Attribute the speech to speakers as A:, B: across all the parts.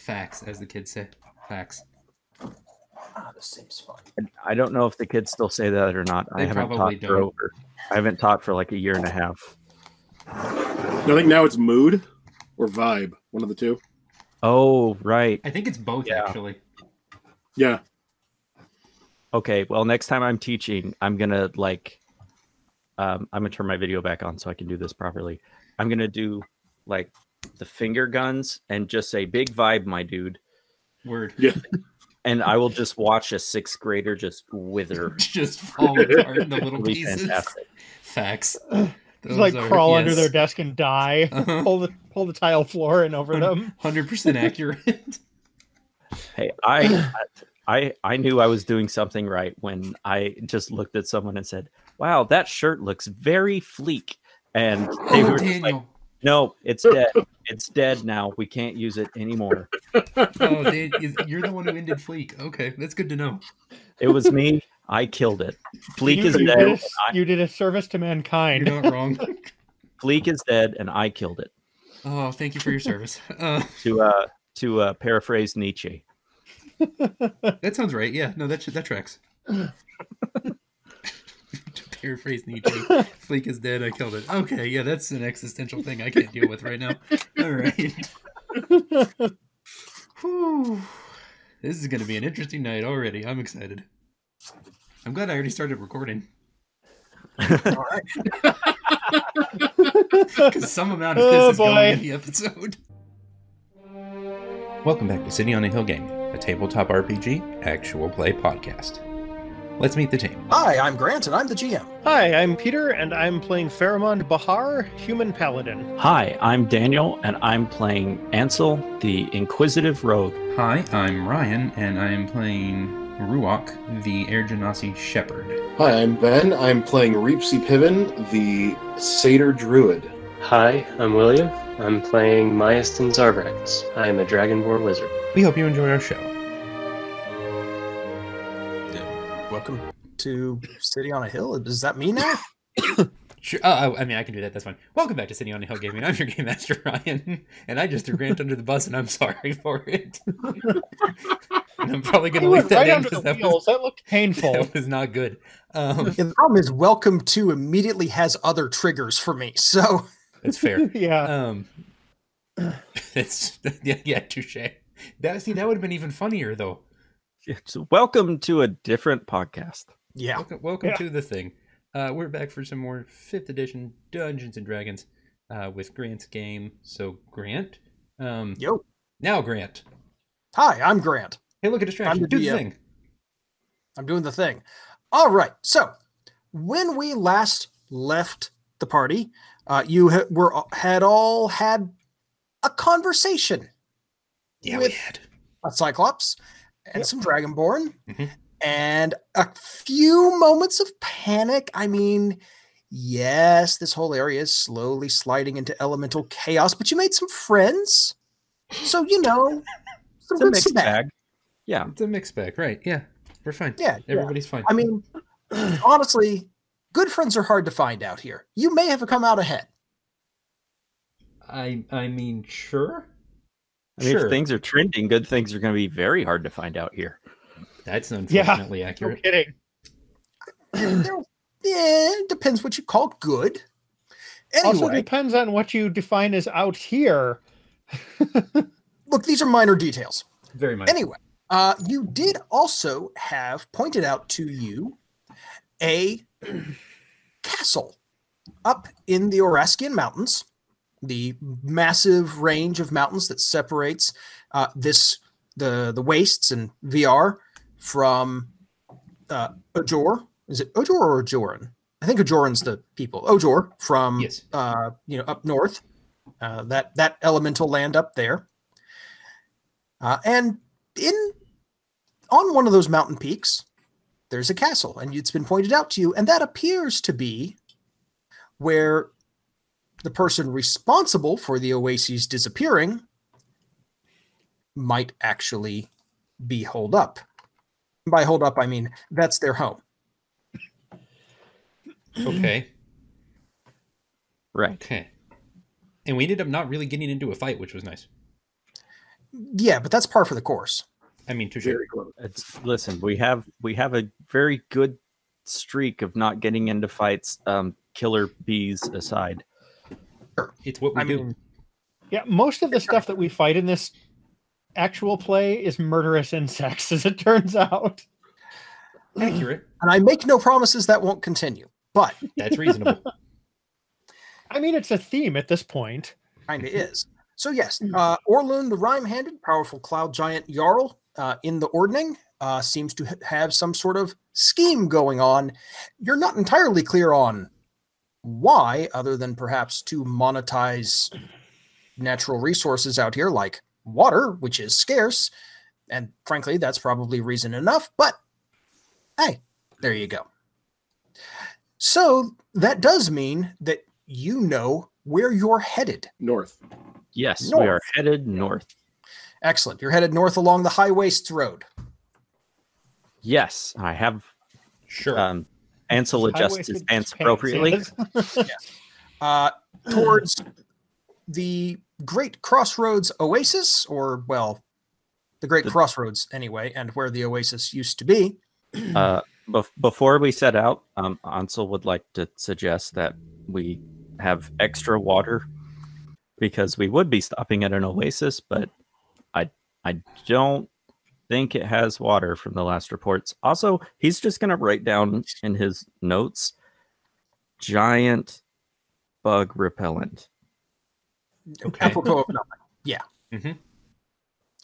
A: Facts, as the kids say. Facts.
B: Ah, the Sims fun.
C: I don't know if the kids still say that or not. I
A: They
C: haven't
A: probably
C: taught for
A: don't.
C: over. I haven't taught for like a year and a half.
D: I think now it's mood or vibe, one of the two.
C: Oh, right.
A: I think it's both
C: Yeah.
A: actually.
D: Yeah,
C: Okay. Well, next time I'm teaching, I'm gonna like, um, I'm gonna turn my video back on so I can do this properly. I'm gonna do like the finger guns and just say big vibe, my dude.
A: Word.
C: And I will just watch a sixth grader just wither.
A: Just fall apart into little
C: It'll be
A: pieces.
C: fantastic.
A: Facts.
E: Just like
A: Those are-
E: crawl under
A: yes.
E: their desk and die.
A: Uh-huh.
E: Pull the pull the tile floor and over them.
A: 100% accurate.
C: Hey, I, I, I knew I was doing something right when I just looked at someone and said, "Wow, that shirt looks very fleek." And they
A: oh,
C: were just like,
A: Daniel.
C: "No, it's dead. It's dead now. We can't use it anymore."
A: Oh, Dan, is- you're the one who ended Fleek. Okay, that's good to know.
C: It was me. I killed it. Fleek
E: you,
C: is
E: you
C: dead.
E: did a,
C: and I,
E: you did a service to mankind.
A: You're not wrong.
C: Fleek is dead, and I killed it.
A: Oh, thank you for your service. Uh,
C: To uh, to uh, paraphrase Nietzsche.
A: that sounds right. Yeah, no, that should, that tracks. to paraphrase Nietzsche, Fleek is dead. I killed it. Okay, yeah, that's an existential thing I can't deal with right now. All right. Whew. This is going to be an interesting night already. I'm excited. I'm glad I already started recording because some amount of this
E: Oh,
A: is going in
E: boy.
A: the episode. Welcome back to City on a Hill Gaming, a tabletop RPG actual play podcast. Let's meet the team.
B: Hi, I'm Grant, and I'm the GM.
E: Hi, I'm Peter, and I'm playing Pheromond Bahar, human paladin.
C: Hi, I'm Daniel, and I'm playing Ansel, the inquisitive rogue.
A: Hi, I'm Ryan, and I am playing Ruok, the Air Genasi Shepherd.
D: Hi, I'm Ben. I'm playing Reepsy Piven, the Satyr Druid.
F: Hi, I'm William. I'm playing Myastin Zarvax. I am a Dragonborn wizard.
A: We hope you enjoy our show.
B: Welcome to City on a Hill. Does that mean now?
A: Sure. Oh, oh, I mean, I can do that. That's fine. Welcome back to City on a Hill Gaming. I'm your game master Ryan, and I just threw Grant under the bus, and I'm sorry for it. and I'm probably going
E: You
A: to
E: went
A: leave that
E: right
A: in
E: under
A: because
E: the
A: that
E: wheels.
A: was,
E: That looked painful.
A: that was not good. Um,
B: Yeah, the problem is Welcome to immediately has other triggers for me. So
A: that's fair.
E: yeah.
A: Um, that's yeah, yeah, touche. That see, that would have been even funnier though.
C: It's- Welcome to a different podcast.
B: yeah,
A: Welcome, welcome
E: Yeah.
A: to the thing. Uh, we're back for some more fifth edition Dungeons and Dragons uh, with Grant's game. So Grant, um,
B: yo.
A: now Grant.
B: Hi, I'm Grant.
A: Hey, look at distraction.
B: the
A: Do the
B: DM.
A: thing.
B: I'm doing the thing. All right. So, when we last left the party, uh, you ha- were had all had a conversation
A: Yeah,
B: With-
A: we had.
B: a Cyclops and some Dragonborn,
A: Mhm.
B: and a few moments of panic. I mean, yes, this whole area is slowly sliding into elemental chaos, but you made some friends, so you know, some
C: It's a
B: good
C: mixed
B: snack.
C: bag.
A: It's a mixed bag, right? Yeah, we're fine.
B: Yeah, yeah.
A: Everybody's fine.
B: I mean, honestly, good friends are hard to find out here. You may have come out ahead.
A: I I mean, sure.
C: I mean,
A: sure.
C: if things are trending, good things are going to be very hard to find out here.
A: That's
E: Yeah.
A: unfortunately
E: No
A: accurate.
E: kidding.
B: There, yeah, it depends what you call good.
E: Also
B: Anyway,
E: depends on what you define as out here.
B: look, these are minor details.
A: Very much.
B: Anyway, uh, you did also have pointed out to you a castle up in the Oraskian Mountains, the massive range of mountains that separates uh, this the the wastes and VR from uh, Ajor. Is it Ajor or Ajoran? I think Ajoran's the people. Ojor from
A: yes.
B: uh, you know, up north, uh, that that elemental land up there, uh, and in on one of those mountain peaks, there's a castle, and it's been pointed out to you, and that appears to be where the person responsible for the oases disappearing might actually be holed up. By hold up, I mean that's their home.
A: Okay.
C: Right.
A: Okay. And we ended up not really getting into a fight, which was nice.
B: Yeah, but that's par for the course.
A: I mean, touche.
D: Very close.
C: It's listen, we have we have a very good streak of not getting into fights, um, killer bees aside.
A: It's what we
B: I
A: do.
B: mean,
E: Yeah, most of the stuff that we fight in this actual play is murderous insects, as it turns out.
A: Accurate.
B: and I make no promises that won't continue, but
A: That's reasonable.
E: I mean, it's a theme at this point.
B: kind of is. So yes, uh, Orlun the Rhyme-Handed, powerful cloud giant Jarl uh, in the Ordning uh, seems to ha- have some sort of scheme going on. You're not entirely clear on why, other than perhaps to monetize natural resources out here like water, which is scarce, and frankly, that's probably reason enough. But hey, there you go. So that does mean that you know where you're headed.
D: North.
A: Oh,
C: Yes, we
B: North.
C: are headed north.
B: Excellent. You're headed north along the High Wastes Road.
C: Yes, I have
A: Sure.
C: um Ansel adjusts his pants
E: High-waisted pants,
C: appropriately.
E: yes.
B: uh, towards the Great Crossroads Oasis, or well, the Great
C: The-
B: Crossroads anyway, and where the Oasis used to be.
C: Uh, bef- before we set out, um, Ansel would like to suggest that we have extra water because we would be stopping at an oasis, but I I don't think it has water from the last reports. Also, he's just gonna write down in his notes giant bug repellent.
A: Okay.
B: Apropos of nothing.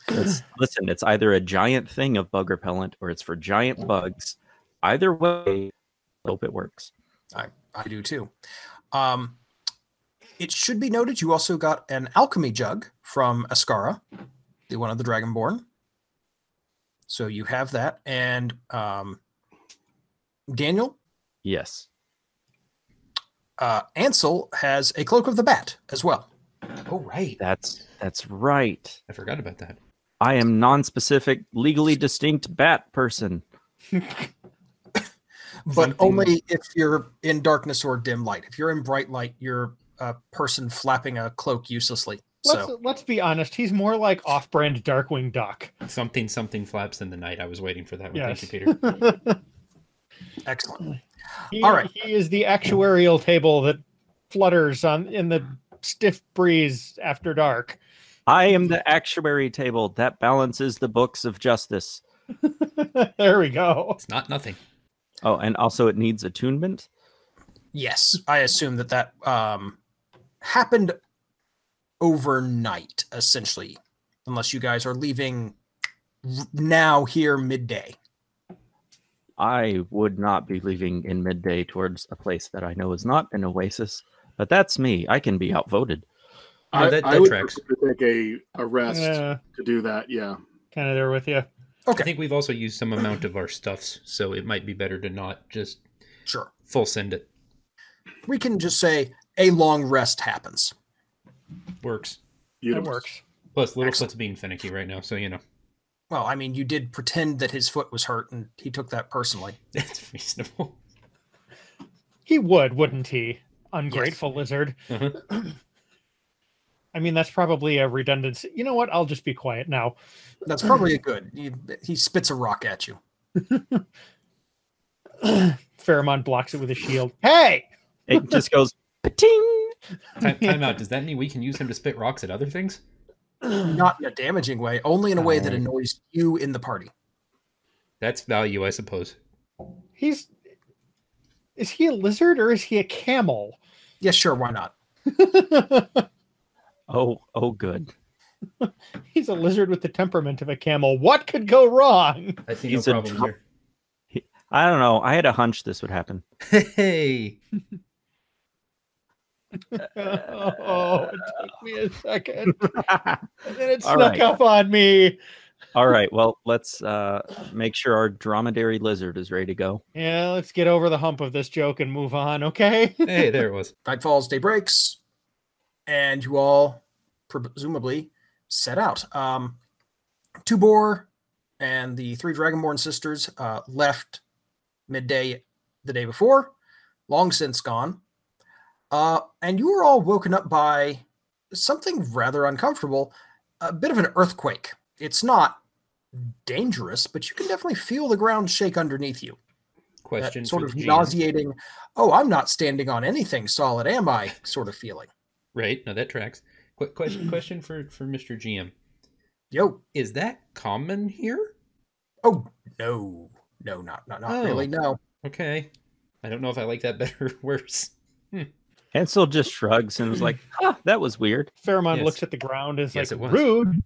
C: It's, listen, it's either a giant thing of bug repellent or it's for giant bugs. Either way, hope it works.
B: I do too. Um, it should be noted you also got an alchemy jug from Ascara, the one of the Dragonborn. So you have that, and um, Daniel,
C: Yes.
B: uh, Ansel has a cloak of the bat as well.
A: oh right.
C: That's that's right.
A: I forgot about that.
C: I am non-specific, legally distinct bat person.
B: but
A: Something-
B: only if you're in darkness or dim light. If you're in bright light, you're a person flapping a cloak uselessly.
E: Let's,
B: So
E: let's be honest. He's more like off-brand Darkwing Duck.
A: Something something flaps in the night. I was waiting for that one. Thank you,
E: Yes.
A: Peter.
B: excellent.
E: He,
B: All right.
E: He is the actuarial table that flutters on in the stiff breeze after dark.
C: I am the actuary table that balances the books of justice.
E: there we go.
A: It's not nothing.
C: Oh, and also it needs attunement.
B: Yes, I assume that that um, happened overnight, essentially, unless you guys are leaving r- now here midday.
C: I would not be leaving in midday towards a place that I know is not an oasis, but that's me. I can be outvoted.
A: No,
D: I,
A: that-
D: I
A: that
D: would
A: tracks.
D: prefer to take a, a rest
E: Yeah,
D: to do that. Yeah.
E: kind of there with you.
A: I think we've also used some amount of our stuffs, so it might be better to not just
B: Sure,
A: full send it.
B: we can just say a long rest happens.
A: Works.
E: That
D: Universe.
E: works.
A: Plus, little
B: Excellent.
A: foot's being finicky right now, so you know
B: Well, I mean, you did pretend that his foot was hurt, and he took that personally.
A: that's reasonable.
E: He would, wouldn't he? Ungrateful lizard.
A: Uh-huh.
E: I mean, that's probably a redundancy. You know what? I'll just be quiet now.
B: That's probably a good. He, he spits a rock at you.
E: Pheromone blocks it with a shield. Hey!
C: It just goes pating.
A: Time, time out. Does that mean we can use him to spit rocks at other things?
B: not in a damaging way, only in a way that
C: Right.
B: annoys you in the party.
A: That's value, I suppose.
E: He's. Is he a lizard or is he a camel?
B: Yeah, sure, why not?
C: Oh, oh, good.
E: He's a lizard with the temperament of a camel. What could go wrong?
A: I see
C: He's a
A: no problem
C: dro- I don't know. I had a hunch this would happen.
A: here. Hey,
E: oh, it took me a second. And then it
C: All
E: snuck
C: right.
E: up on me.
C: All right. Well, let's uh, make sure our dromedary lizard is ready to go.
E: Yeah, let's get over the hump of this joke and move on, okay?
A: hey, there it was.
B: Night falls, day breaks, and you all presumably set out. Um, Tubor and the three Dragonborn sisters uh, left midday the day before, long since gone. Uh, and you were all woken up by something rather uncomfortable a bit of an earthquake. It's not dangerous, but you can definitely feel the ground shake underneath you. That
A: Question
B: sort
A: for
B: of
A: Gene.
B: nauseating, oh, I'm not standing on anything solid, am I? Sort of feeling.
A: Right? No, that tracks. Qu- question question for for Mr. GM.
B: Yo,
A: Is that common here?
B: oh no, no, not not not
A: Oh.
B: really. No,
A: Okay. I don't know if I like that better or worse.
C: Hansel just shrugs and is like, ah, that was weird.
E: Pheromone
A: Yes.
E: looks at the ground and is
A: Yes, it
E: like,
A: was.
E: rude.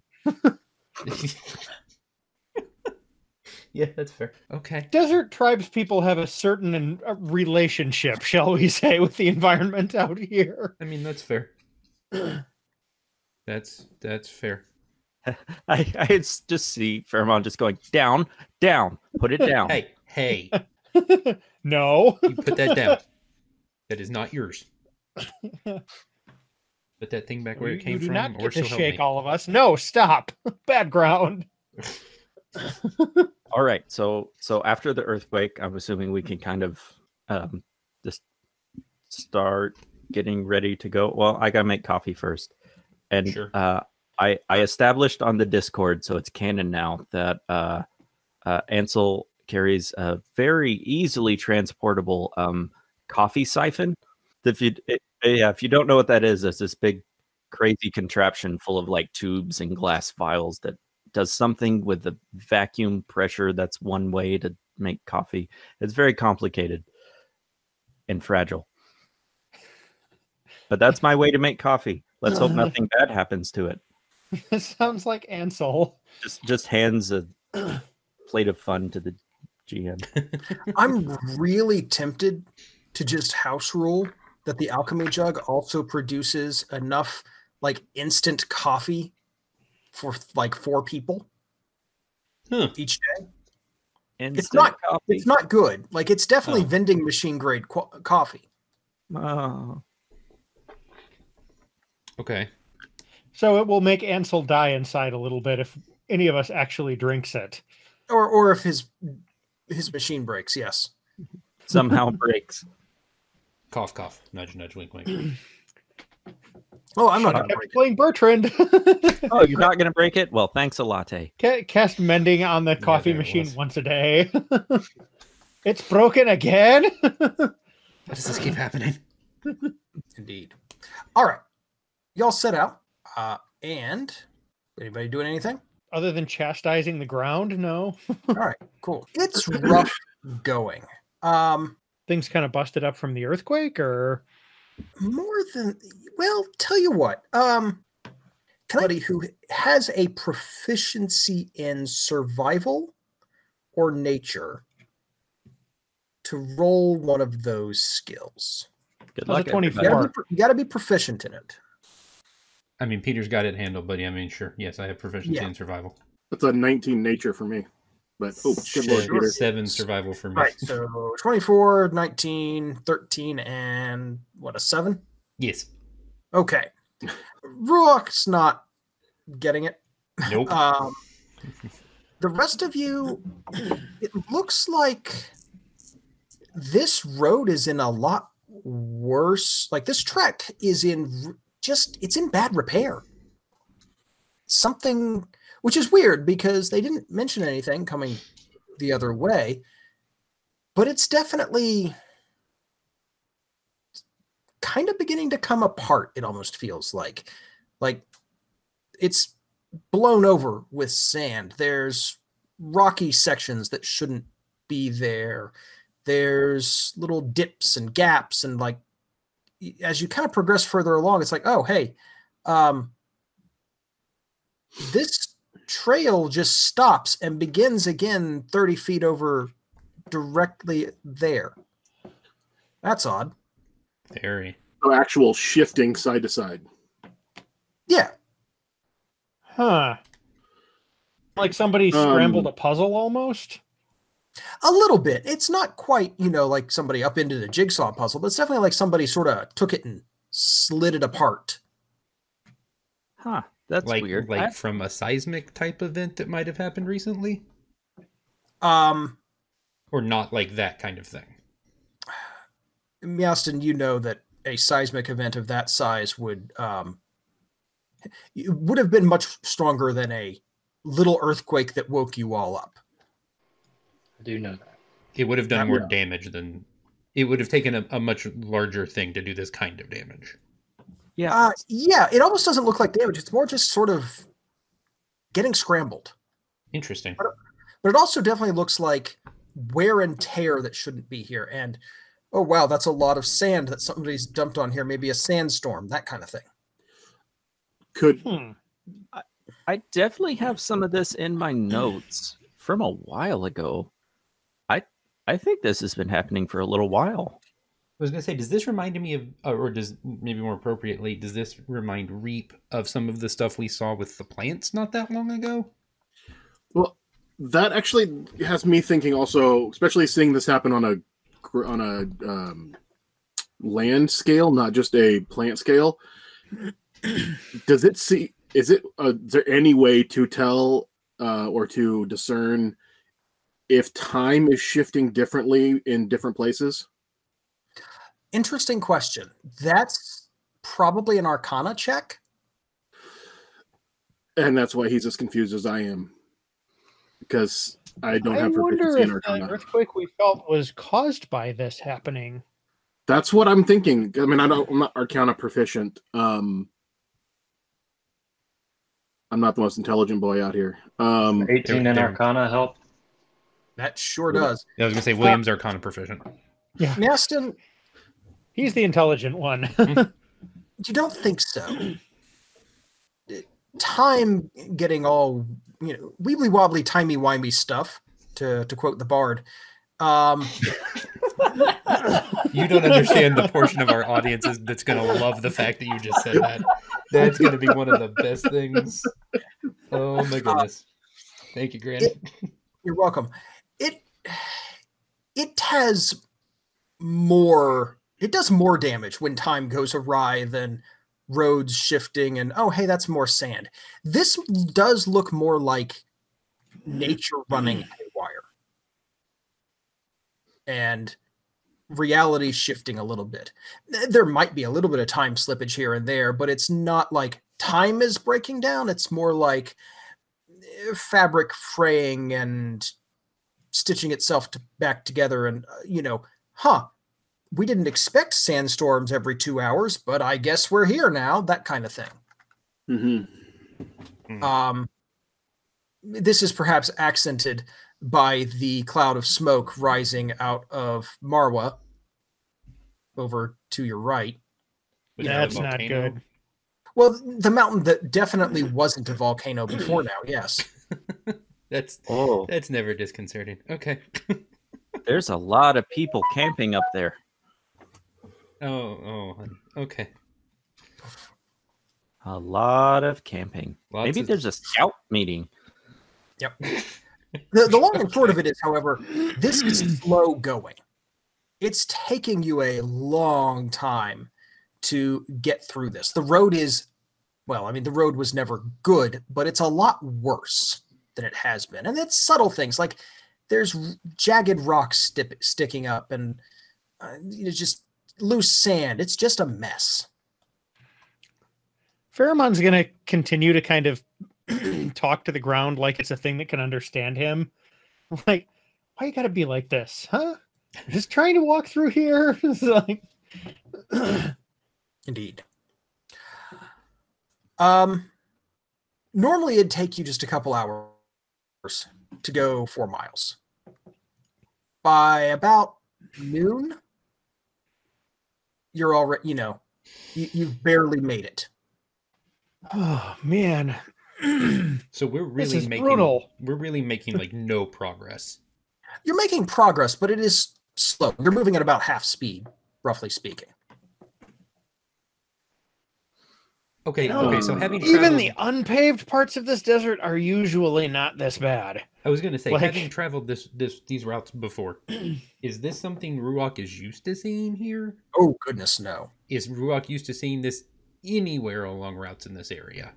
A: yeah, that's fair. Okay.
E: Desert tribes people have a certain en- a relationship, shall we say, with the environment out here.
A: I mean, that's fair. that's that's fair.
C: I, I s- just see Pheromone just going down, down, put it down.
A: Hey, hey,
E: no.
A: you put that down. That is not yours. Put that thing back where
E: you
A: it came
E: you do
A: from,
E: not
A: or
E: get
A: so
E: to
A: help
E: shake
A: me.
E: all of us. No, stop. Bad ground.
C: All right. So so after the earthquake, I'm assuming we can kind of um, just start getting ready to go. Well, I gotta make coffee first, and
A: Sure.
C: uh, I I established on the Discord, so it's canon now that uh, uh, Ansel carries a very easily transportable um, coffee siphon. If you it, yeah, if you don't know what that is, it's this big crazy contraption full of like tubes and glass vials that does something with the vacuum pressure. That's one way to make coffee. It's very complicated and fragile. But that's my way to make coffee. Let's hope nothing bad happens to it.
E: Sounds like Ansel.
C: Just just hands a plate of fun to the GM.
B: I'm really tempted to just house rule that the alchemy jug also produces enough like instant coffee for like four people
A: Huh.
B: each day.
C: And
B: not-
C: coffee.
B: It's not good. Like it's definitely
A: Oh.
B: vending machine grade qu- coffee.
C: Oh.
A: Okay.
E: So it will make Ansel die inside a little bit if any of us actually drinks it.
B: or or if his his machine breaks yes
C: somehow breaks.
A: Cough, cough. Nudge, nudge. Wink, wink.
B: oh i'm not
E: I
B: gonna
E: kept
B: break it.
E: playing Bertrand.
C: Oh, you're not gonna break it? Well, thanks a latte.
E: Ca- Cast mending on the
A: Yeah,
E: coffee
A: there it
E: machine
A: was.
E: once a day. it's broken again.
A: Why does this keep happening?
B: indeed all right y'all set out uh and anybody doing anything
E: Other than chastising the ground, no.
B: all right cool it's rough going um
E: Things kind of busted up from the earthquake, or
B: more than well tell you what um can somebody who has a proficiency in survival or nature to roll one of those skills
C: Good luck.
E: How's a
B: you gotta,
E: 24?
C: everybody.
B: be, pro- you gotta be proficient in it
A: I mean, Peter's got it handled, but I mean, sure. Yes, I have proficiency
B: Yeah.
A: in survival.
D: That's a 19 nature for me. But oh, good lord,
A: Seven,
D: Peter.
A: seven survival for me.
B: Right. So 24, 19, 13, and what, a seven?
A: Yes.
B: Okay. Ruok's not getting it.
A: Nope.
B: Um, the rest of you, it looks like this road is in a lot worse. Like this trek is in r- just, it's in bad repair. Something, which is weird because they didn't mention anything coming the other way, but it's definitely kind of beginning to come apart, it almost feels like. Like it's blown over with sand. There's rocky sections that shouldn't be there. There's little dips and gaps and like y- as you kind of progress further along, it's like, oh hey, um, this trail just stops and begins again 30 feet over directly there. That's odd.
A: Very.
D: So actual shifting side to side.
B: Yeah.
E: huh? Like somebody scrambled a puzzle almost.
B: A little bit. It's not quite, you know, like somebody upended a jigsaw puzzle, but it's definitely like somebody sort of took it and slid it apart.
C: Huh. That's
A: like
C: weird.
A: like
C: I-
A: from a seismic type event that might have happened recently,
B: Um,
A: or not like that kind of thing.
B: Meowston, you know that a seismic event of that size would um, it would have been much stronger than a little earthquake that woke you all up.
F: I do know that.
A: It would have done
B: Not
A: more
B: well.
A: damage than it would have taken a, a much larger thing to do this kind of damage.
C: Yeah.
B: Uh, yeah, it almost doesn't look like damage. It's more just sort of getting scrambled.
A: Interesting.
B: But it also definitely looks like wear and tear that shouldn't be here. And oh wow, that's a lot of sand that somebody's dumped on here. Maybe a sandstorm, that kind of thing.
D: Could
E: Hmm.
C: I definitely have some of this in my notes from a while ago. I I think this has been happening for a little while.
A: I was gonna say, does this remind me of, uh, or does maybe more appropriately, does this remind Reap of some of the stuff we saw with the plants not that long ago?
D: well, that actually has me thinking. Also, especially seeing this happen on a gr- on a um, land scale, not just a plant scale. Does it see? Is it? Uh, is there any way to tell uh, or to discern if time is shifting differently in different places?
B: Interesting question. That's probably an arcana check.
D: And that's why he's as confused as I am, because I don't
E: I
D: have
E: wonder
D: proficiency
E: if
D: in
E: the
D: Arcana.
E: earthquake we felt was caused by this happening.
D: That's what I'm thinking. I mean, I don't, I'm not Arcana proficient. Um, I'm not the most intelligent boy out here. Um,
F: 18 in
A: There-
F: Arcana help.
B: That sure
D: Yeah.
B: does.
A: I was gonna say Williams are kind of proficient.
B: Maston,
E: He's the intelligent one.
B: you don't think so. Eh, Time getting all you know weebly wobbly timey wimey stuff to to quote the bard. Um,
A: You don't understand the portion of our audience is- that's gonna love the fact that you just said that. That's gonna be one of the best things. Oh my goodness! Thank you, Granny.
B: You're welcome. It it has more it does more damage when time goes awry than roads shifting and oh hey that's more sand. This does look more like nature running haywire. And reality shifting a little bit. Th- There might be a little bit of time slippage here and there, but it's not like time is breaking down. It's more like fabric fraying and stitching itself to, back together and uh, you know huh we didn't expect sandstorms every two hours but i guess we're here now that kind of thing
D: mhm.
B: um, this is perhaps accented by the cloud of smoke rising out of marwa over to your right
A: Was that a
E: That's not
A: volcano?
E: good.
B: well the mountain that definitely wasn't a volcano before now yes
A: That's
C: Oh,
A: that's never disconcerting. Okay.
C: there's a lot of people camping up there.
A: Oh oh. Okay.
C: A lot of camping.
A: Lots
C: Maybe
A: of-
C: there's a scout meeting.
B: The, the long and short of it is, however, this is slow going. It's taking you a long time to get through this. The road is, well, I mean, the road was never good, but it's a lot worse than it has been. And it's subtle things like there's r- jagged rocks stip- sticking up and uh, you know, just loose sand. It's just a mess.
E: Pheromon's going to continue to kind of talk to the ground like it's a thing that can understand him. Like, why you got to be like this, huh? I'm just trying to walk through here. It's like,
B: Indeed. Um, normally it'd take you just a couple hours to go four miles. By about noon, you're already, you know, you, you've barely made it.
E: oh, man. this
A: So we're really
E: is
A: making
E: brutal.
A: we're really making like no progress.
B: You're making progress, but it is slow. You're moving at about half speed, roughly speaking.
A: Okay,
E: No.
A: okay. So having
E: Even
A: traveled-
E: the unpaved parts of this desert are usually not this bad.
A: I was gonna say
E: like-
A: having traveled this this these routes before, is this something Ruak is used to seeing here?
B: Oh, goodness, no.
A: Is Ruak used to seeing this anywhere along routes in this area?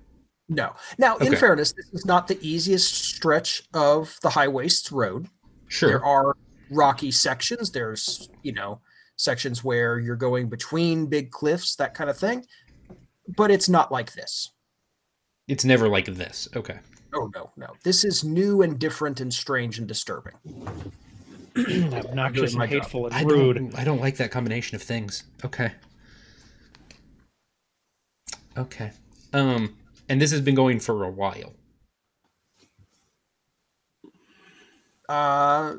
B: No. Now, in
A: Okay.
B: fairness, this is not the easiest stretch of the high waste road. There
A: Sure.
B: are rocky sections. There's, you know, sections where you're going between big cliffs, that kind of thing. But it's not like this.
A: It's never like this. Okay.
B: Oh no, no. This is new and different and strange and disturbing.
E: obnoxious
B: my
E: and
B: job.
E: hateful
A: I
E: and rude.
A: Don't, I don't like that combination of things. Okay. Okay. Um, and this has been going for a while.
B: Uh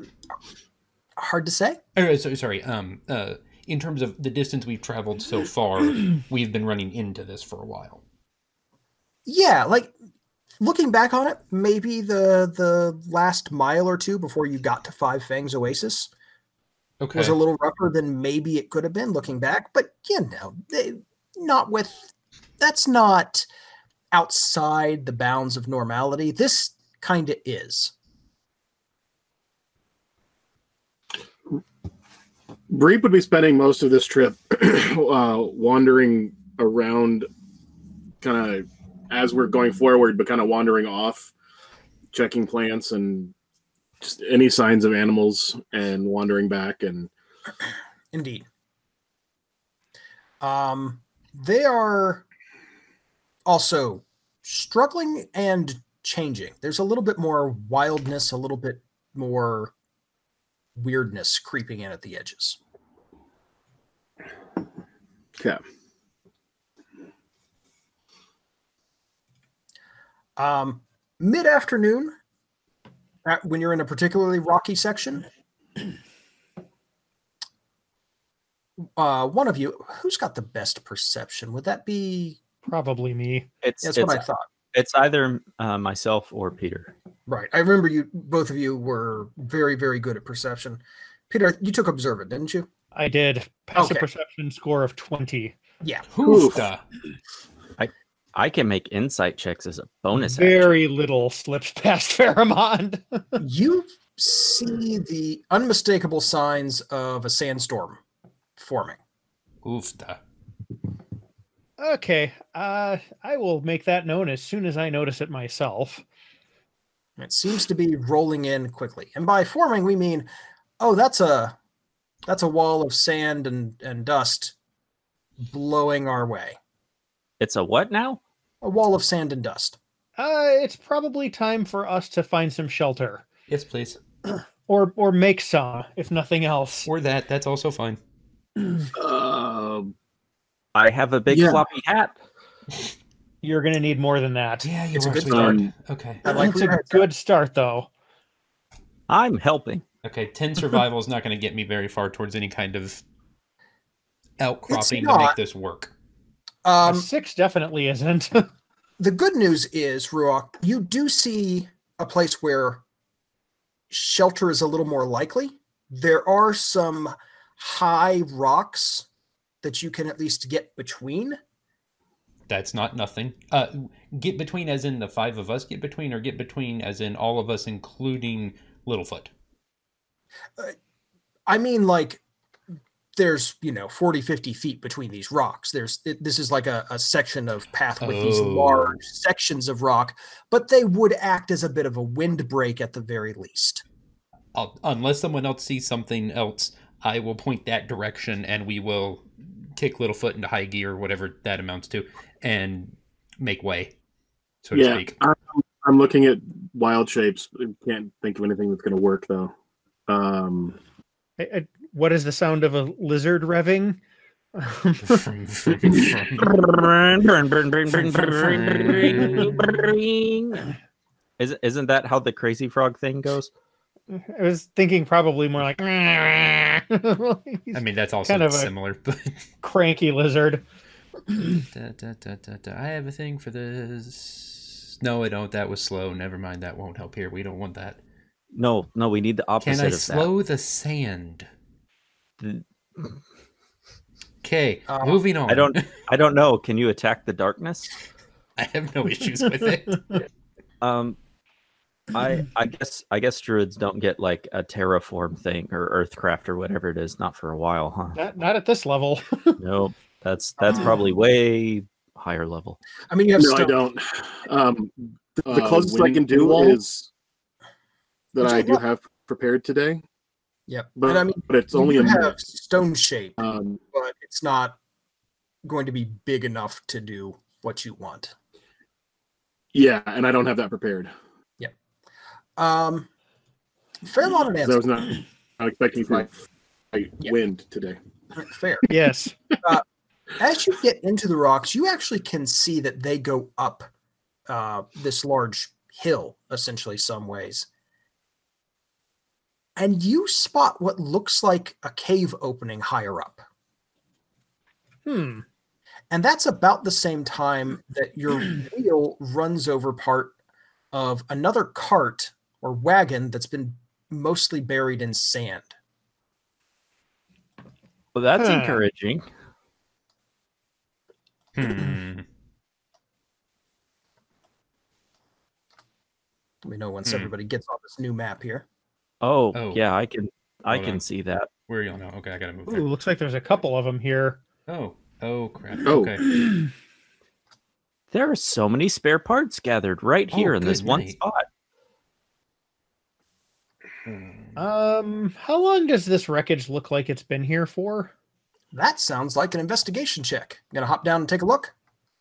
B: hard to say.
A: Oh, so, sorry. Um, uh, in terms of the distance we've traveled so far, we've been running into this for a while.
B: Yeah, like looking back on it, maybe the the last mile or two before you got to Five Fangs Oasis
A: Okay.
B: was a little rougher than maybe it could have been looking back, but you know, they, not with that's not outside the bounds of normality. This kind of is.
D: Breep would be spending most of this trip uh, wandering around, kind of as we're going forward, but kind of wandering off, checking plants and just any signs of animals, and wandering back. And
B: Indeed. Um, they are also struggling and changing. There's a little bit more wildness, a little bit more weirdness creeping in at the edges.
D: Okay.
B: Um, Mid afternoon, when you're in a particularly rocky section, uh, one of you, who's got the best perception? Would that be?
E: Probably me.
C: It's
B: That's
C: it's,
B: what I thought.
C: it's either uh, myself or Peter.
B: Right. I remember you both of you were very, very good at perception. Peter, you took observant, didn't you?
E: I did pass
B: Okay.
E: a perception score of 20.
B: Yeah.
A: Hoofda.
C: I can make insight checks as a bonus. action.
E: Very little slips past Fairmont.
B: You see the unmistakable signs of a sandstorm forming.
A: Hoofda.
E: okay, uh, I will make that known as soon as I notice it myself.
B: It seems to be rolling in quickly. And by forming we mean, oh, that's a that's a wall of sand and, and dust blowing our way.
C: It's a what now?
B: A wall of sand and dust.
E: Uh, it's probably time for us to find some shelter
A: Yes, please.
E: or or make some, if nothing else.
A: Or that. That's also fine.
D: uh,
C: I have a big
D: Yeah.
C: floppy hat.
E: You're gonna need more than that.
A: Yeah, you
B: It's a
A: are
B: good
A: smart.
D: start.
A: Okay.
B: I like
E: That's
B: where
E: a
B: your head's at.
E: good start, though.
C: I'm helping.
A: Okay. Ten survival is not going to get me very far towards any kind of outcropping to
B: not.
A: make this work.
E: A
B: Um,
E: six definitely isn't.
B: the good news is, Ruok, you do see a place where shelter is a little more likely. There are some high rocks that you can at least get between.
A: That's not nothing. Uh, get between, as in the five of us get between, or get between, as in all of us, including Littlefoot.
B: I mean, like, there's, you know, 40, 50 feet between these rocks. There's, it, this is like a, a section of path with these
A: Oh.
B: large sections of rock, but they would act as a bit of a windbreak at the very least.
A: I'll, Uh, unless someone else sees something else, I will point that direction, and we will kick Littlefoot into high gear, whatever that amounts to, and make way, so to
D: yeah,
A: speak.
D: I'm, I'm looking at wild shapes. Can't think of anything that's going to work though. Um,
E: I- I- what is the sound of a lizard revving?
C: Isn't isn't that how the crazy frog thing goes?
E: I was thinking probably more like he's
A: I
E: a
A: mean, that's also
E: Kind of a-
A: similar, but
E: cranky lizard.
A: Da, da, da, da, da. I have a thing for this. No, I don't. That was slow. Never mind. That won't help here. We don't want that.
C: No, no, we need the opposite
A: Can I
C: of that.
A: slow the sand?
C: Mm. Um,
A: Okay,
B: Uh,
A: moving on.
C: I don't I don't know. Can you attack the darkness?
A: I have no issues with it.
C: Um I I guess I guess druids don't get like a terraform thing or earthcraft or whatever it is, not for a while, huh?
E: Not, not at this level.
C: no. That's that's probably way higher level.
B: I mean, you have
D: no, I
B: stone.
D: don't. Um,
G: the closest I can
D: wind
G: do
D: is that
B: Which
D: I
B: one?
D: do have prepared today,
B: Yep.
D: but
B: But I mean,
D: but it's only
B: you
D: a minute.
B: have stone shape.
D: Um,
B: but it's not going to be big enough to do what you want.
D: Yeah, and I don't have that prepared.
B: Um, fair amount of
D: So I
B: answers.
D: was not not expecting my, my
B: Yeah.
D: wind today.
B: Fair.
E: Yes.
B: As you get into the rocks, you actually can see that they go up uh, this large hill, essentially, some ways. And you spot what looks like a cave opening higher up.
E: Hmm.
B: And that's about the same
C: Mm.
B: time that your wheel runs over part of another cart or wagon that's been mostly buried in sand.
C: Well, that's
E: Huh.
C: encouraging.
A: Hmm.
B: Let me know once
C: Mm.
A: Hmm.
B: everybody gets on this new map here.
C: Oh,
A: Oh.
C: yeah, I can I
A: Hold
C: can
A: on.
C: see that.
A: Where are y'all now? Okay, I gotta move.
E: Ooh,
A: There.
E: looks like there's a couple of them here.
A: Oh, oh crap.
D: Oh.
A: Okay.
C: There are so many spare parts gathered right
A: Oh,
C: here in this
A: good
C: one
A: night.
C: spot.
A: Hmm.
E: Um, how long does this wreckage look like it's been here for?
B: That sounds like an investigation check. Gonna hop down and take a look?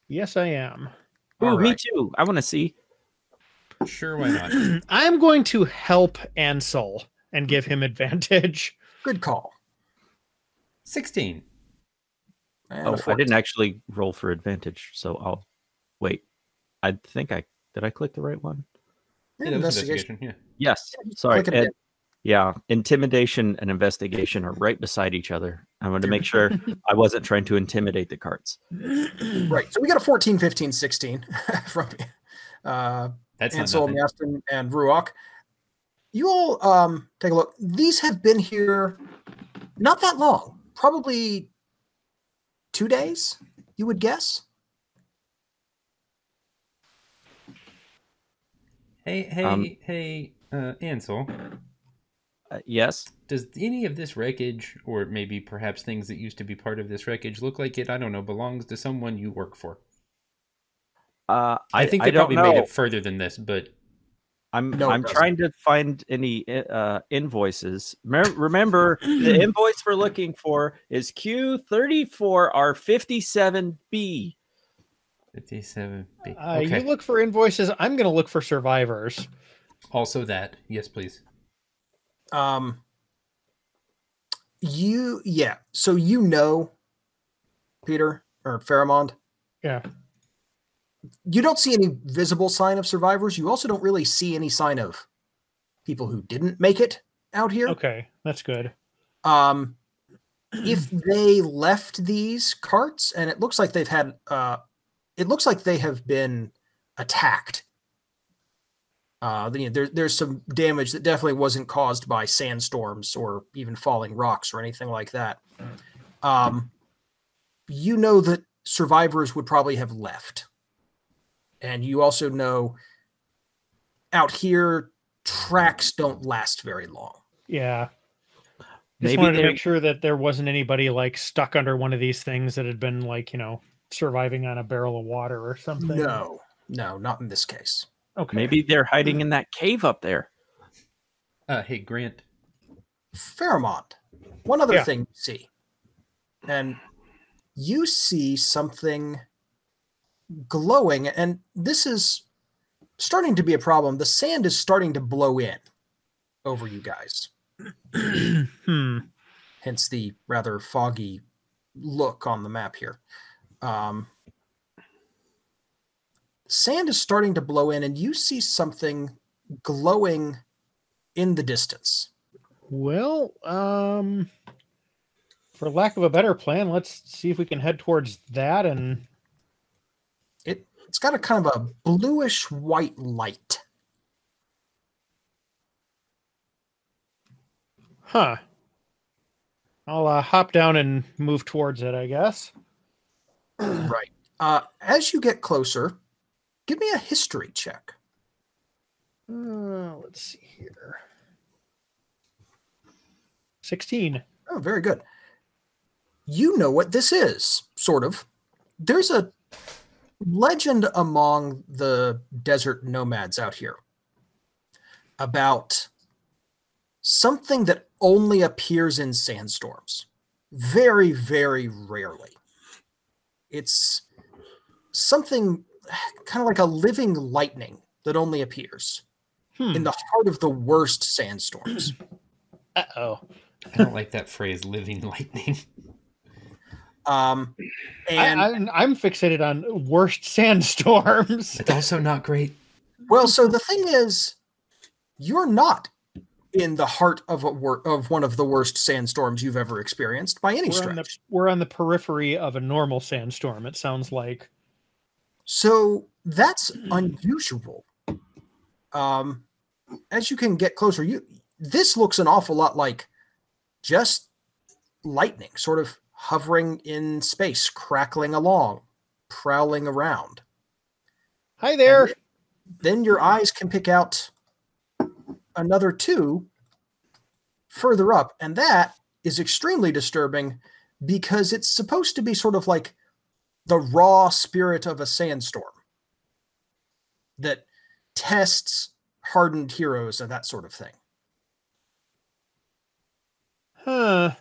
E: Yes, I am.
C: Ooh,
B: All
C: me
B: right.
C: too. I want to see.
A: Sure, why not?
E: I'm going to help Ansel and give him advantage.
B: Good call.
A: Sixteen.
B: And a
C: Oh, I
B: 14.
C: didn't actually roll for advantage, so I'll wait. I think I did. I click the right one.
A: Yeah,
B: Yeah,
A: that was
B: investigation.
A: investigation. Yeah.
C: Yes.
B: Yeah, just
C: Sorry.
B: click it
C: Ed-
B: again.
C: yeah. Intimidation and investigation are right beside each other. I wanted to make sure I wasn't trying to intimidate the carts.
B: Right. So we got a 14, 15, 16 from uh,
A: That's not
B: Ansel,
A: nothing.
B: Mastin, and Ruok. You all um, take a look. These have been here not that long, probably two days, you would guess.
A: Hey, hey,
C: Um,
A: hey, uh, Ansel.
C: Uh, yes.
A: Does any of this wreckage, or maybe perhaps things that used to be part of this wreckage, look like it? I don't know. Belongs to someone you work for.
C: Uh,
A: I, think they
C: don't
A: probably made
C: know.
A: it further than this, but
C: I'm
B: No, it
C: I'm
B: doesn't.
C: trying to find any i- uh, invoices. Mer- remember, the invoice we're looking for is Q34R57B.
A: 57B.
E: Uh,
A: okay.
E: You look for invoices. I'm going to look for survivors.
A: also that. Yes, please.
B: Um, you, yeah. So you know, Peter or Pheromond.
E: Yeah.
B: You don't see any visible sign of survivors. You also don't really see any sign of people who didn't make it out here.
E: Okay, that's good.
B: Um, if they left these carts, and it looks like they've had, uh, it looks like they have been attacked. Uh, you know, there, there's some damage that definitely wasn't caused by sandstorms or even falling rocks or anything like that. Um, you know that survivors would probably have left. And you also know out here, tracks don't last very long.
E: Yeah. Just
C: Maybe
E: wanted to
C: they-
E: make sure that there wasn't anybody like stuck under one of these things that had been like, you know, surviving on a barrel of water or something.
B: No, no, not in this case.
E: Okay.
C: Maybe they're hiding in that cave up there.
A: Uh, hey, Grant.
B: Pheromont. One other
E: Yeah.
B: thing you see, and you see something glowing, and this is starting to be a problem. The sand is starting to blow in over you guys,
E: hmm.
B: hence the rather foggy look on the map here. Um, sand is starting to blow in, and you see something glowing in the distance.
E: Well, um, for lack of a better plan, let's see if we can head towards that and
B: It it's got a kind of a bluish white light.
E: Huh. I'll uh, hop down and move towards it, I guess.
B: right. Uh, as you get closer, give me a history check.
E: Uh, let's see here. 16.
B: Oh, very good. You know what this is, sort of. There's a legend among the desert nomads out here about something that only appears in sandstorms. Very, very rarely. It's something kind of like a living lightning that only appears
E: Hmm.
B: in the heart of the worst sandstorms.
E: Uh oh.
A: I don't like that phrase, living lightning.
B: Um, and
E: I'm I'm fixated on worst sandstorms.
A: It's also not great.
B: well, so the thing is, you're not in the heart of a wor- of one of the worst sandstorms you've ever experienced by any
E: We're on, the,
B: stretch.
E: we're on the periphery of a normal sandstorm. It sounds like
B: So that's unusual. Um, as you can get closer, you this looks an awful lot like just lightning, sort of hovering in space, crackling along, prowling around.
E: hi there.
B: Then your eyes can pick out another two further up, and that is extremely disturbing because it's supposed to be sort of like the raw spirit of a sandstorm that tests hardened heroes and that sort of thing.
E: Huh.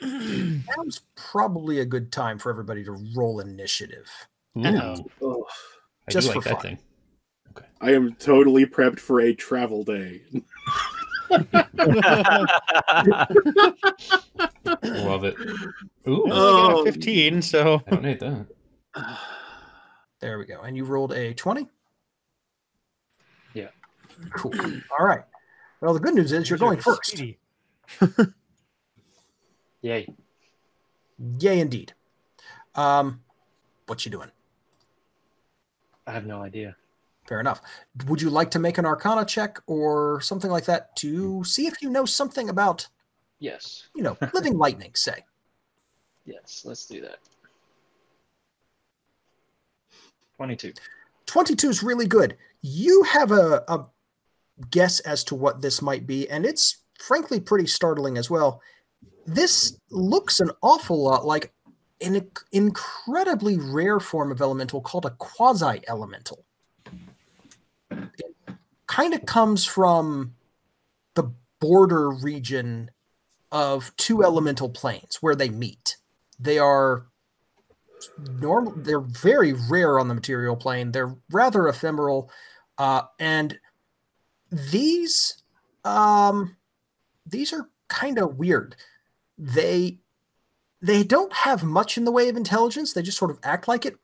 B: Now's probably a good time for everybody to roll initiative.
E: Oh.
D: Oh,
A: I
B: Just
A: do like
B: for
A: that
B: fun.
A: thing.
D: I am totally prepped for a travel day.
A: Love it. Ooh,
E: I only got a
D: Oh.
E: 15, so
A: I don't need that.
B: There we go. And you rolled a 20?
F: Yeah.
B: Cool. All right. Well, the good news is you're going first.
E: Speedy.
F: Yay.
B: Yay, indeed. Um, what you doing?
F: I have no idea.
B: Fair enough. Would you like to make an Arcana check or something like that to see if you know something about,
F: Yes.
B: you know, living lightning? Say
F: Yes. Let's do that. 22.
B: 22 is really good. You have a, a guess as to what this might be, and it's frankly pretty startling as well. This looks an awful lot like an inc- incredibly rare form of elemental called a quasi elemental. It kind of comes from the border region of two elemental planes where they meet. They are normal they're very rare on the material plane they're rather ephemeral uh, and these um, these are kind of weird they they don't have much in the way of intelligence they just sort of act like it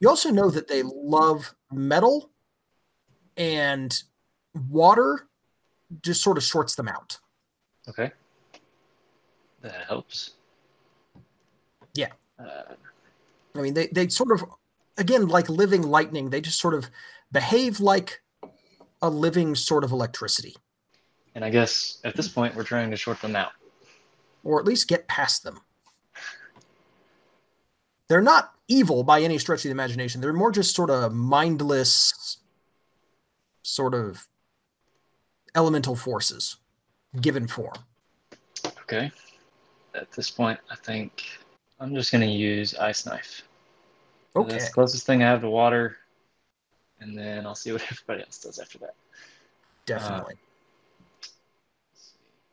B: you also know that they love metal and water just sort of sorts them out
F: Okay. That helps.
B: Yeah.
F: Uh,
B: I mean, they they sort of again like living lightning. They just sort of behave like a living sort of electricity,
F: and I guess at this point, we're trying to short them out.
B: or at least get past them. They're not evil by any stretch of the imagination. They're more just sort of mindless, sort of elemental forces, given form.
F: Okay. At this point, I think I'm just going to use Ice Knife.
B: Okay,
F: That's uh, the closest thing I have to water. And then I'll see what everybody else does after that.
B: definitely.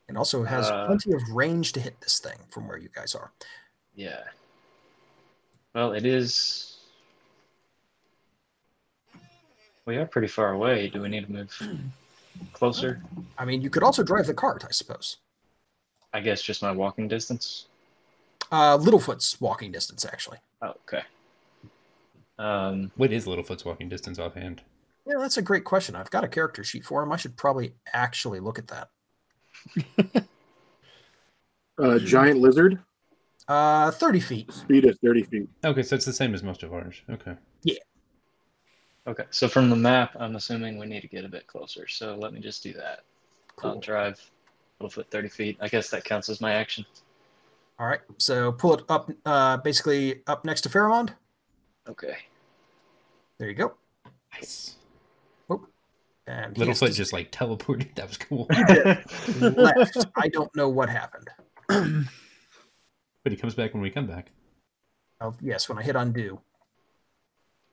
B: and also has
F: uh,
B: plenty of range to hit this thing from where you guys are.
F: Yeah. Well, it is. We are pretty far away. Do we need to move closer?
B: I mean, you could also drive the cart, I suppose.
F: I guess just my walking distance.
B: Uh, Littlefoot's walking distance, actually.
F: Oh, okay. Um,
A: What is Littlefoot's walking distance offhand?
B: Yeah, that's a great question. I've got a character sheet for him. I should probably actually look at that.
D: Uh,
A: Hmm.
D: giant lizard
B: Uh, 30 feet.
D: speed is thirty feet.
A: Okay, so it's the same as most of ours. Okay.
F: okay. So from the map, I'm assuming we need to get a bit closer. So let me just do that. I'll
B: Cool.
F: drive a little foot 30 feet. I guess that counts as my action.
B: All right. So pull it up, uh, basically up next to Pheromond.
F: Okay.
B: There you go.
A: Nice.
B: And he has
A: Littlefoot
B: to
A: just like teleported. That was cool.
B: left. I don't know what happened.
A: but he comes back when we come back.
B: Oh, yes, when I hit undo.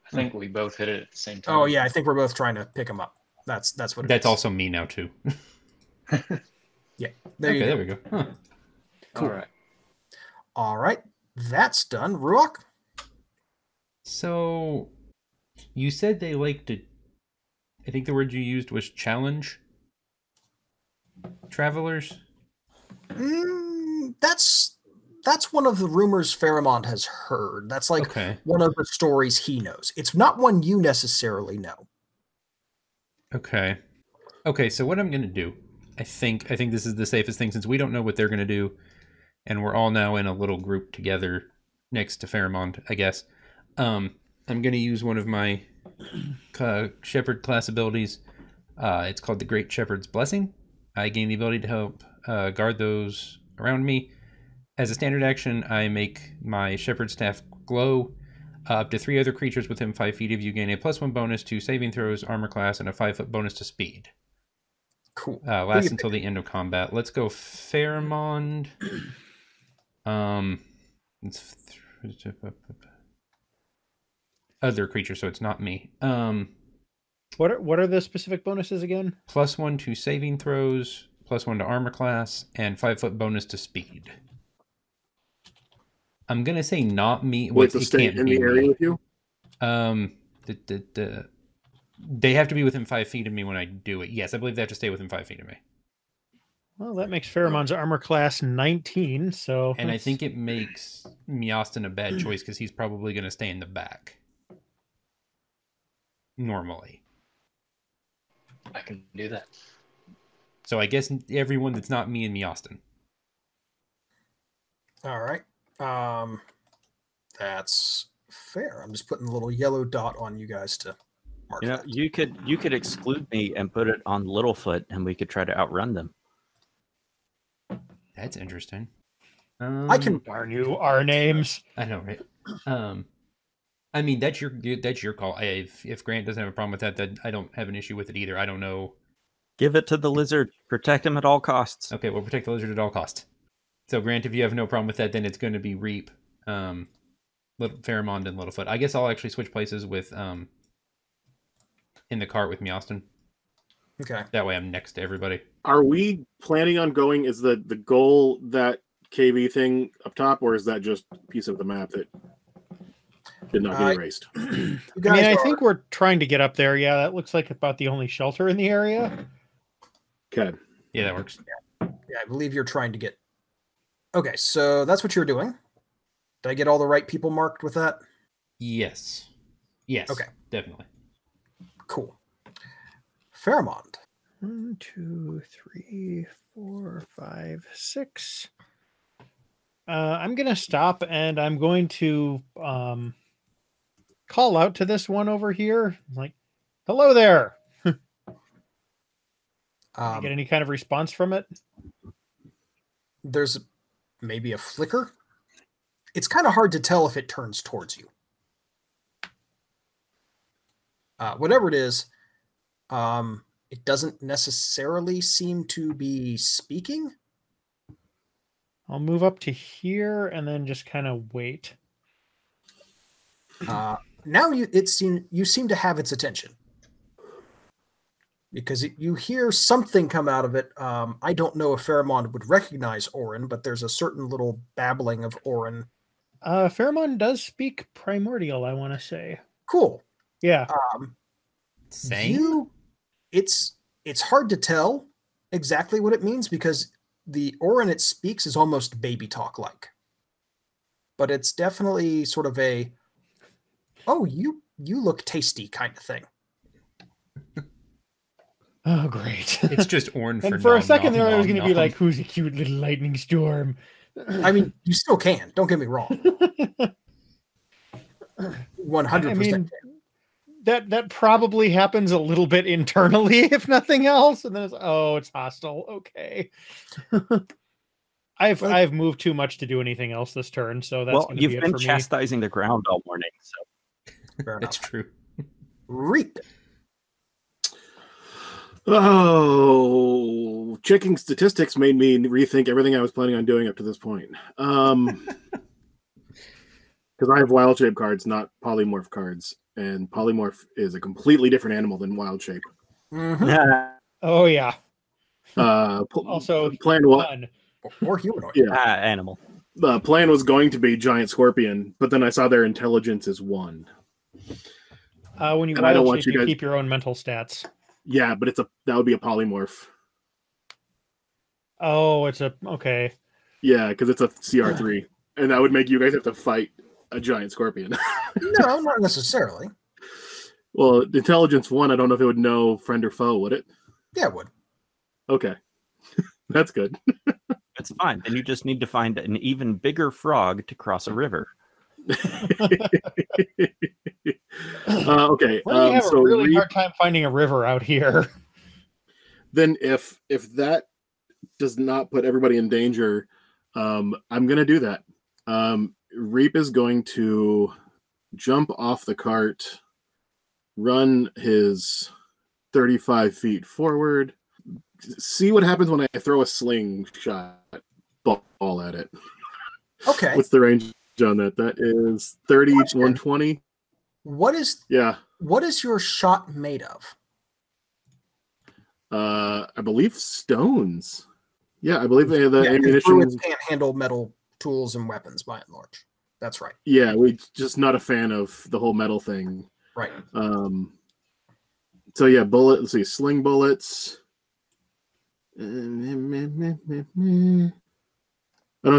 F: I think we both hit it at the same time.
B: Oh yeah, I think we're both trying to pick him up. That's that's what. it
A: That's
B: is.
A: also me now too.
B: There
A: okay,
B: you go.
A: there we go. Huh.
F: All right.
B: All right, that's done. Ruok.
A: So You said they like to. I think the word you used was challenge. Travelers.
B: Mm, that's that's one of the rumors Faramond has heard. That's like
A: okay.
B: one of the stories he knows. It's not one you necessarily know.
A: Okay. Okay, so what I'm going to do, I think I think this is the safest thing since we don't know what they're going to do and we're all now in a little group together next to Fairmont, I guess. Um I'm going to use one of my uh, shepherd class abilities. Uh it's called the Great Shepherd's Blessing. I gain the ability to help uh, guard those around me. As a standard action, I make my shepherd staff glow. Uh, up to three other creatures within five feet of you gain a plus one bonus to saving throws, armor class, and a five foot bonus to speed.
B: Cool.
A: Uh,
B: you
A: lasts until the end of combat. Let's go Pheromond. Um, it's th- other creature, so it's not me. Um,
E: What are what are the specific bonuses again?
A: plus one to saving throws, plus one to armor class, and five foot bonus to speed. I'm gonna say not me.
D: Wait,
A: Wait,
D: to
A: it
D: stay
A: can't
D: in
A: be
D: the
A: me.
D: area with you?
A: Um, the, the, the, they have to be within five feet of me when I do it. Yes, I believe they have to stay within five feet of me.
E: Well, that makes Pheromon's armor class 19. So
A: And I
E: that's-
A: think it makes Miastin a bad choice because he's probably going to stay in the back. Normally.
F: I can do that.
A: So I guess everyone that's not me and Miastin.
B: All right. Um, that's fair. I'm just putting a little yellow dot on you guys to mark
C: You know,
B: that.
C: you could you could exclude me and put it on Littlefoot, and we could try to outrun them.
A: That's interesting.
B: I can
A: Um,
E: darn you, our names.
A: I know, right? Um, I mean that's your that's your call. I, if if Grant doesn't have a problem with that, then I don't have an issue with it either. I don't know.
C: Give it to the lizard. Protect him at all costs.
A: Okay, we'll protect the lizard at all cost. So, Grant, if you have no problem with that, then it's going to be Reap, um, Little Pheromond, and Littlefoot. I guess I'll actually switch places with um, in the cart with Meowston.
E: Mm-hmm.
B: Okay.
A: That way, I'm next to everybody.
D: Are we planning on going? Is the the goal that KV thing up top, or is that just a piece of the map that did not get
B: I-
D: erased?
B: You
E: I
B: guys
E: mean, I
B: are-
E: think we're trying to get up there. Yeah, that looks like about the only shelter in the area.
D: Okay.
A: Yeah, that works.
B: yeah, I believe you're trying to get. Okay, so that's what you're doing. Did I get all the right people marked with that?
A: Yes, yes.
B: Okay.
A: definitely.
B: Cool. Pheromond.
E: One, two, three, four, five, six. Uh, I'm gonna stop and I'm going to um, call out to this one over here. Like, hello there. Did you
B: Um,
E: get any kind of response from it?
B: there's maybe a flicker. It's kind of hard to tell if it turns towards you. Uh, whatever it is, um, it doesn't necessarily seem to be speaking.
E: I'll move up to here and then just kind of wait.
B: Uh, now you it seem you seem to have its attention because it, you hear something come out of it. Um, I don't know if Pheromond would recognize Orin, but there's a certain little babbling of Orin.
E: Uh, Pheromon does speak primordial. I want to say,
B: Cool.
E: yeah.
B: Um,
A: Same.
B: You, it's it's hard to tell exactly what it means because the Orin it speaks is almost baby talk like, but it's definitely sort of a, oh you you look tasty kind of thing.
E: Oh, great.
A: It's just Orn for.
E: and for a
A: nom, nom,
E: second there, I was
A: nom,
E: going to be
A: nom.
E: like, "Who's a cute little lightning storm?"
B: I mean, you still can. Don't get me wrong. One hundred percent.
E: that that probably happens a little bit internally, if nothing else. And then it's oh, it's hostile. Okay. I've
B: Well-
E: I've moved too much to do anything else this turn, so that's
C: well,
E: going to be
C: you've
E: it
C: been
E: for
C: chastising the ground all morning, so
A: That's true.
B: Reap.
D: Oh, checking statistics made me rethink everything I was planning on doing up to this point. Um, because I have wild shape cards, not polymorph cards, and polymorph is a completely different animal than wild shape.
B: Mhm.
E: me. Oh yeah,
D: Uh, pl-
E: Also,
D: plan what?
E: fun.
B: Or humanoid.
D: Yeah.
C: ah, animal.
D: the plan was going to be giant scorpion, but then I saw their intelligence is one.
E: Uh, when you
D: And I don't
E: roll,
D: want
E: you
D: you
E: can
D: guys-
E: keep your own mental stats.
D: Yeah, but it's a that would be a polymorph.
E: Oh, it's a okay.
D: Yeah, because it's a CR three, and that would make you guys have to fight a giant scorpion.
B: No, not necessarily.
D: well, intelligence one, I don't know if it would know friend or foe, would it?
B: Yeah, it would.
D: Okay, that's good.
C: That's fine. Then you just need to find an even bigger frog to cross a river.
D: Uh, okay,
E: We're gonna
D: um,
E: have
D: so
E: a really
D: read-
E: hard time finding a river out here.
D: then if if that does not put everybody in danger, um, I'm gonna do that. Um, Reap is going to jump off the cart, run his 35 feet forward, see what happens when I throw a slingshot ball at it.
B: Okay.
D: What's the range on that? That is 30, 120.
B: What is
D: Yeah,
B: what is your shot made of?
D: uh, I believe stones. Yeah, I believe the, the
B: Yeah, 'cause
D: ammunition
B: druids
D: was
B: can't handle metal tools and weapons by and large. That's right.
D: yeah we just not a fan of the whole metal thing
B: Right.
D: um so yeah bullet let's see sling bullets i don't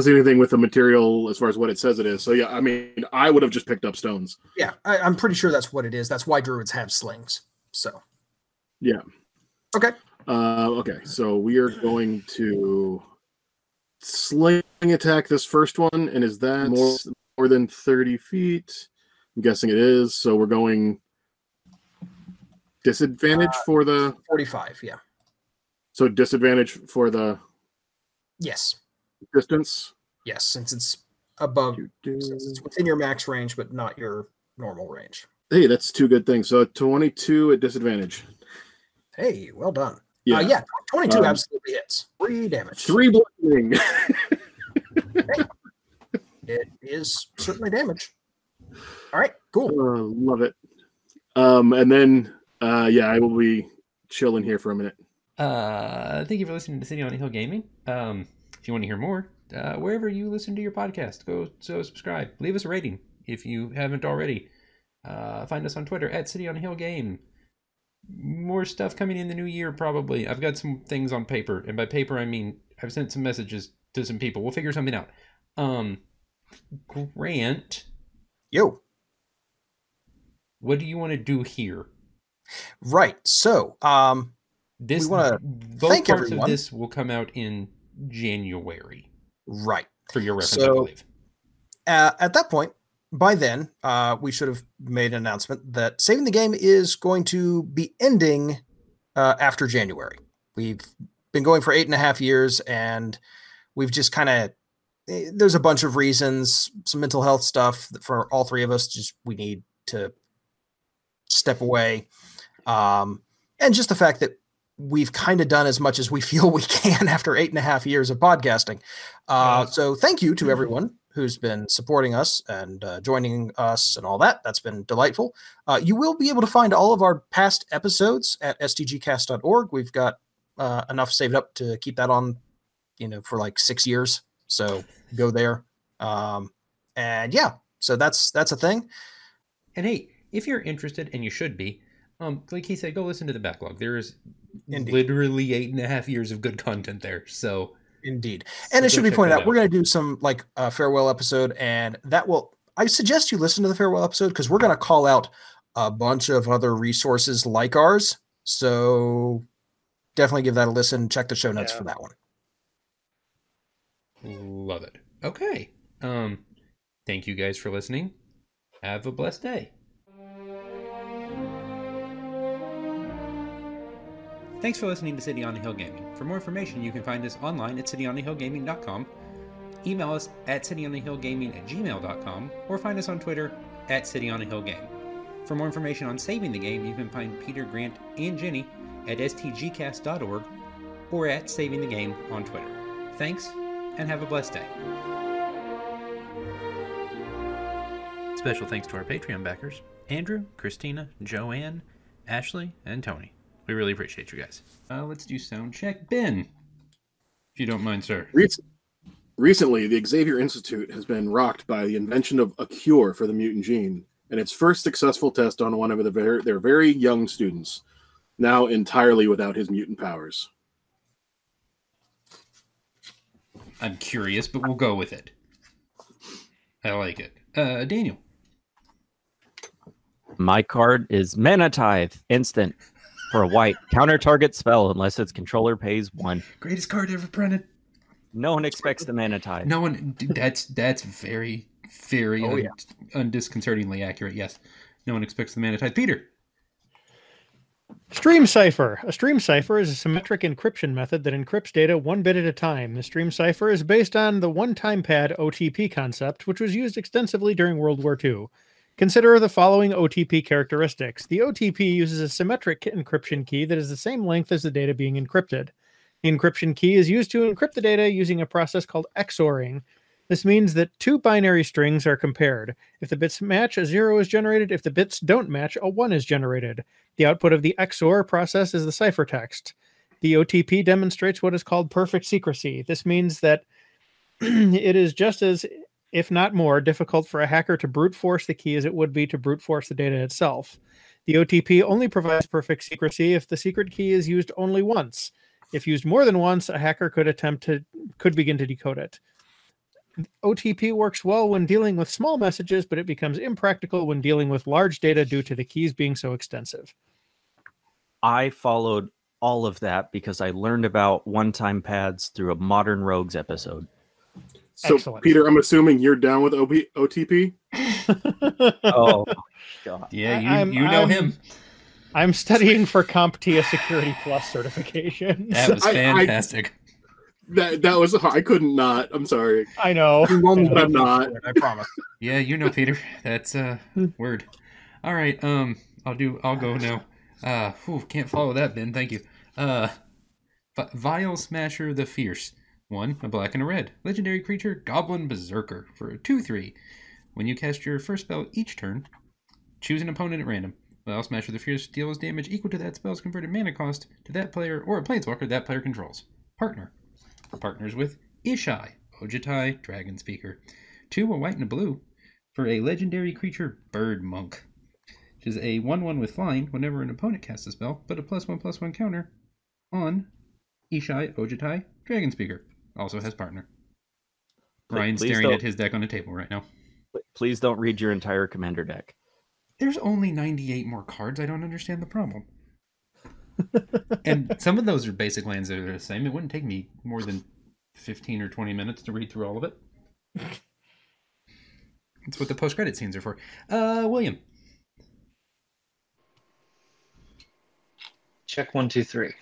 D: see anything with the material as far as what it says it is so yeah i mean i would have just picked up stones
B: Yeah, I, I'm pretty sure that's what it is. That's why druids have slings. So
D: uh okay so we are going to sling attack this first one and is that more, more than 30 feet i'm guessing it is so we're going disadvantage for the
B: 45. Yeah.
D: So disadvantage for the
B: Yes.
D: distance.
B: Yes. Since it's above, since it's within your max range, but not your normal range.
D: Hey, that's two good things. So 22 at disadvantage.
B: Hey, well done. Yeah.
D: Yeah.
B: Uh, yeah 22
D: Um,
B: absolutely hits. Three damage.
D: Three bludgeoning.
B: It is certainly damage. All right. Cool.
D: Uh, love it. Um, and then uh, yeah, I will be chilling here for a minute.
A: Uh, thank you for listening to City on the Hill Gaming. Um, if you want to hear more, uh, wherever you listen to your podcast, go so subscribe, leave us a rating if you haven't already. Uh, find us on Twitter at City on a Hill Game. More stuff coming in the new year, probably. I've got some things on paper, and by paper I mean I've sent some messages to some people. We'll figure something out. Um, Grant,
B: Yo.
A: what do you want to do here?
B: Right. So, um,
A: This
B: We wanna
A: both
B: thank
A: parts
B: everyone.
A: of this will come out in January
B: right.
A: for your reference, I
B: So-
A: believe.
B: uh, at that point, by then, uh, we should have made an announcement that saving the game is going to be ending uh, after January. We've been going for eight and a half years, and we've just kind of there's a bunch of reasons, some mental health stuff that for all three of us. Just we need to step away, um, and just the fact that we've kind of done as much as we feel we can after eight and a half years of podcasting. Uh, so thank you to everyone who's been supporting us and uh, joining us and all that. That's been delightful. Uh, you will be able to find all of our past episodes at stgcast.org. We've got uh, enough saved up to keep that on, you know, for like six years. So go there. Um, and yeah, so that's that's a thing.
A: And hey, if you're interested, and you should be, um, like he said, go listen to the backlog. There is
B: Indeed.
A: literally eight and a half years of good content there. So,
B: Indeed. And
A: so
B: it should
A: go
B: be
A: check
B: pointed
A: that
B: out, we're going to do some like uh, farewell episode, and that will. I suggest you listen to the farewell episode because we're going to call out a bunch of other resources like ours. So definitely give that a listen. Check the show notes
E: Yeah.
B: for that one.
A: love it. Okay. Um, thank you guys for listening. Have a blessed day. Thanks for listening to City on the Hill Gaming. For more information, you can find us online at cityonthehillgaming.com, email us at cityonthehillgaming at gmail.com, or find us on Twitter at cityonthehillgame. For more information on saving the game, you can find Peter, Grant, and Jenny at stgcast.org or at Saving the Game on Twitter. Thanks, and have a blessed day. Special thanks to our Patreon backers Andrew, Christina, Joanne, Ashley, and Tony. We really appreciate you guys. Uh, let's do sound check. Ben, if you don't mind, sir.
D: Rec- Recently, the Xavier Institute has been rocked by the invention of a cure for the mutant gene and its first successful test on one of the ver- their very young students, now entirely without his mutant powers.
A: I'm curious, but we'll go with it. I like it. Uh, Daniel.
C: My card is Mana Tithe, instant for a white counter target spell unless its controller pays one.
A: Greatest card ever printed.
C: No one expects the Mana Tithe.
A: No one. That's that's very very
C: Oh,
A: un,
C: yeah.
A: undisconcertingly accurate. Yes. No one expects the manatide. Peter.
E: Stream cipher. A stream cipher is a symmetric encryption method that encrypts data one bit at a time. The stream cipher is based on the one time pad OTP concept, which was used extensively during World War II. Consider the following OTP characteristics. The OTP uses a symmetric encryption key that is the same length as the data being encrypted. The encryption key is used to encrypt the data using a process called XORing. This means that two binary strings are compared. If the bits match, a zero is generated. If the bits don't match, a one is generated. The output of the XOR process is the ciphertext. The OTP demonstrates what is called perfect secrecy. This means that it is just as, if not more, difficult for a hacker to brute force the key as it would be to brute force the data itself. The OTP only provides perfect secrecy if the secret key is used only once. If used more than once, a hacker could attempt to could begin to decode it. OTP works well when dealing with small messages, but it becomes impractical when dealing with large data due to the keys being so extensive.
C: I followed all of that because I learned about one time pads through a Modern Rogues episode.
D: So,
E: Excellent.
D: Peter, I'm assuming you're down with OP- OTP.
C: Oh, my God.
A: Yeah,
E: I-
A: you,
E: I'm-
A: you know
E: I'm-
A: him.
E: I'm studying for CompTIA Security Plus certification.
A: That was
D: I- I-
A: fantastic.
D: That that was hard. I couldn't not. I'm sorry,
E: I know.
B: You won't
D: but I'm not.
B: I promise.
A: yeah, you know Peter. That's uh word. All right. Um, I'll do. I'll go now. Uh, whew, can't follow that, Ben. Thank you. Uh, Vi- Vile Smasher the Fierce. One, a black and a red. Legendary creature, Goblin Berserker. For a 2 3. When you cast your first spell each turn, choose an opponent at random. Vile Smasher the Fierce deals damage equal to that spell's converted mana cost to that player or a planeswalker that player controls. Partner. Partners with Ishai, Ojitai, Dragon Speaker. Two, a white and a blue. For a legendary creature, Bird Monk. Which is a 1 1 with flying whenever an opponent casts a spell, but a plus 1 plus 1 counter on Ishai, Ojitai, Dragon Speaker. Also has partner.
C: Pl-
A: Ryan's
C: please
A: staring
C: don't-
A: at his deck on the table right now.
C: Please don't read your entire commander deck.
A: There's only 98 more cards. I don't understand the problem. and some of those are basic lands that are the same. It wouldn't take me more than 15 or 20 minutes to read through all of it. That's what the post credit scenes are for. Uh, William.
F: Check one, two, three.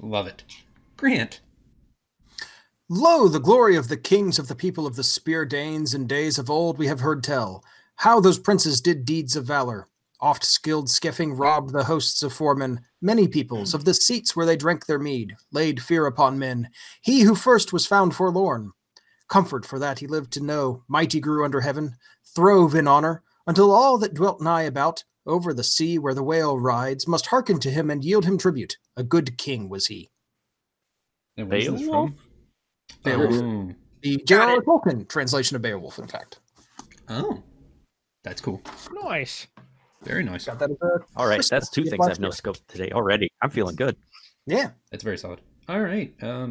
A: Love it. Grant.
B: Lo, the glory of the kings of the people of the Spear Danes in days of old we have heard tell, how those princes did deeds of valor. Oft skilled skiffing robbed the hosts of foemen, many peoples, of the seats where they drank their mead, laid fear upon men. He who first was found forlorn. Comfort for that he lived to know, mighty grew under heaven, throve in honor, until all that dwelt nigh about, over the sea where the whale rides, must hearken to him and yield him tribute. A good king was he.
A: And where's this
C: Beowulf?
A: from?
B: Beowulf.
A: Oh.
B: The J.R.R. Tolkien translation of Beowulf, in fact.
A: Oh. That's cool.
E: Nice.
A: Very nice.
B: Got that as a
C: All right,
B: Christmas
C: that's two
B: gift
C: things I've
B: last
C: no
B: year.
C: scope today already. I'm feeling good.
B: Yeah.
A: That's very solid. All right. Um,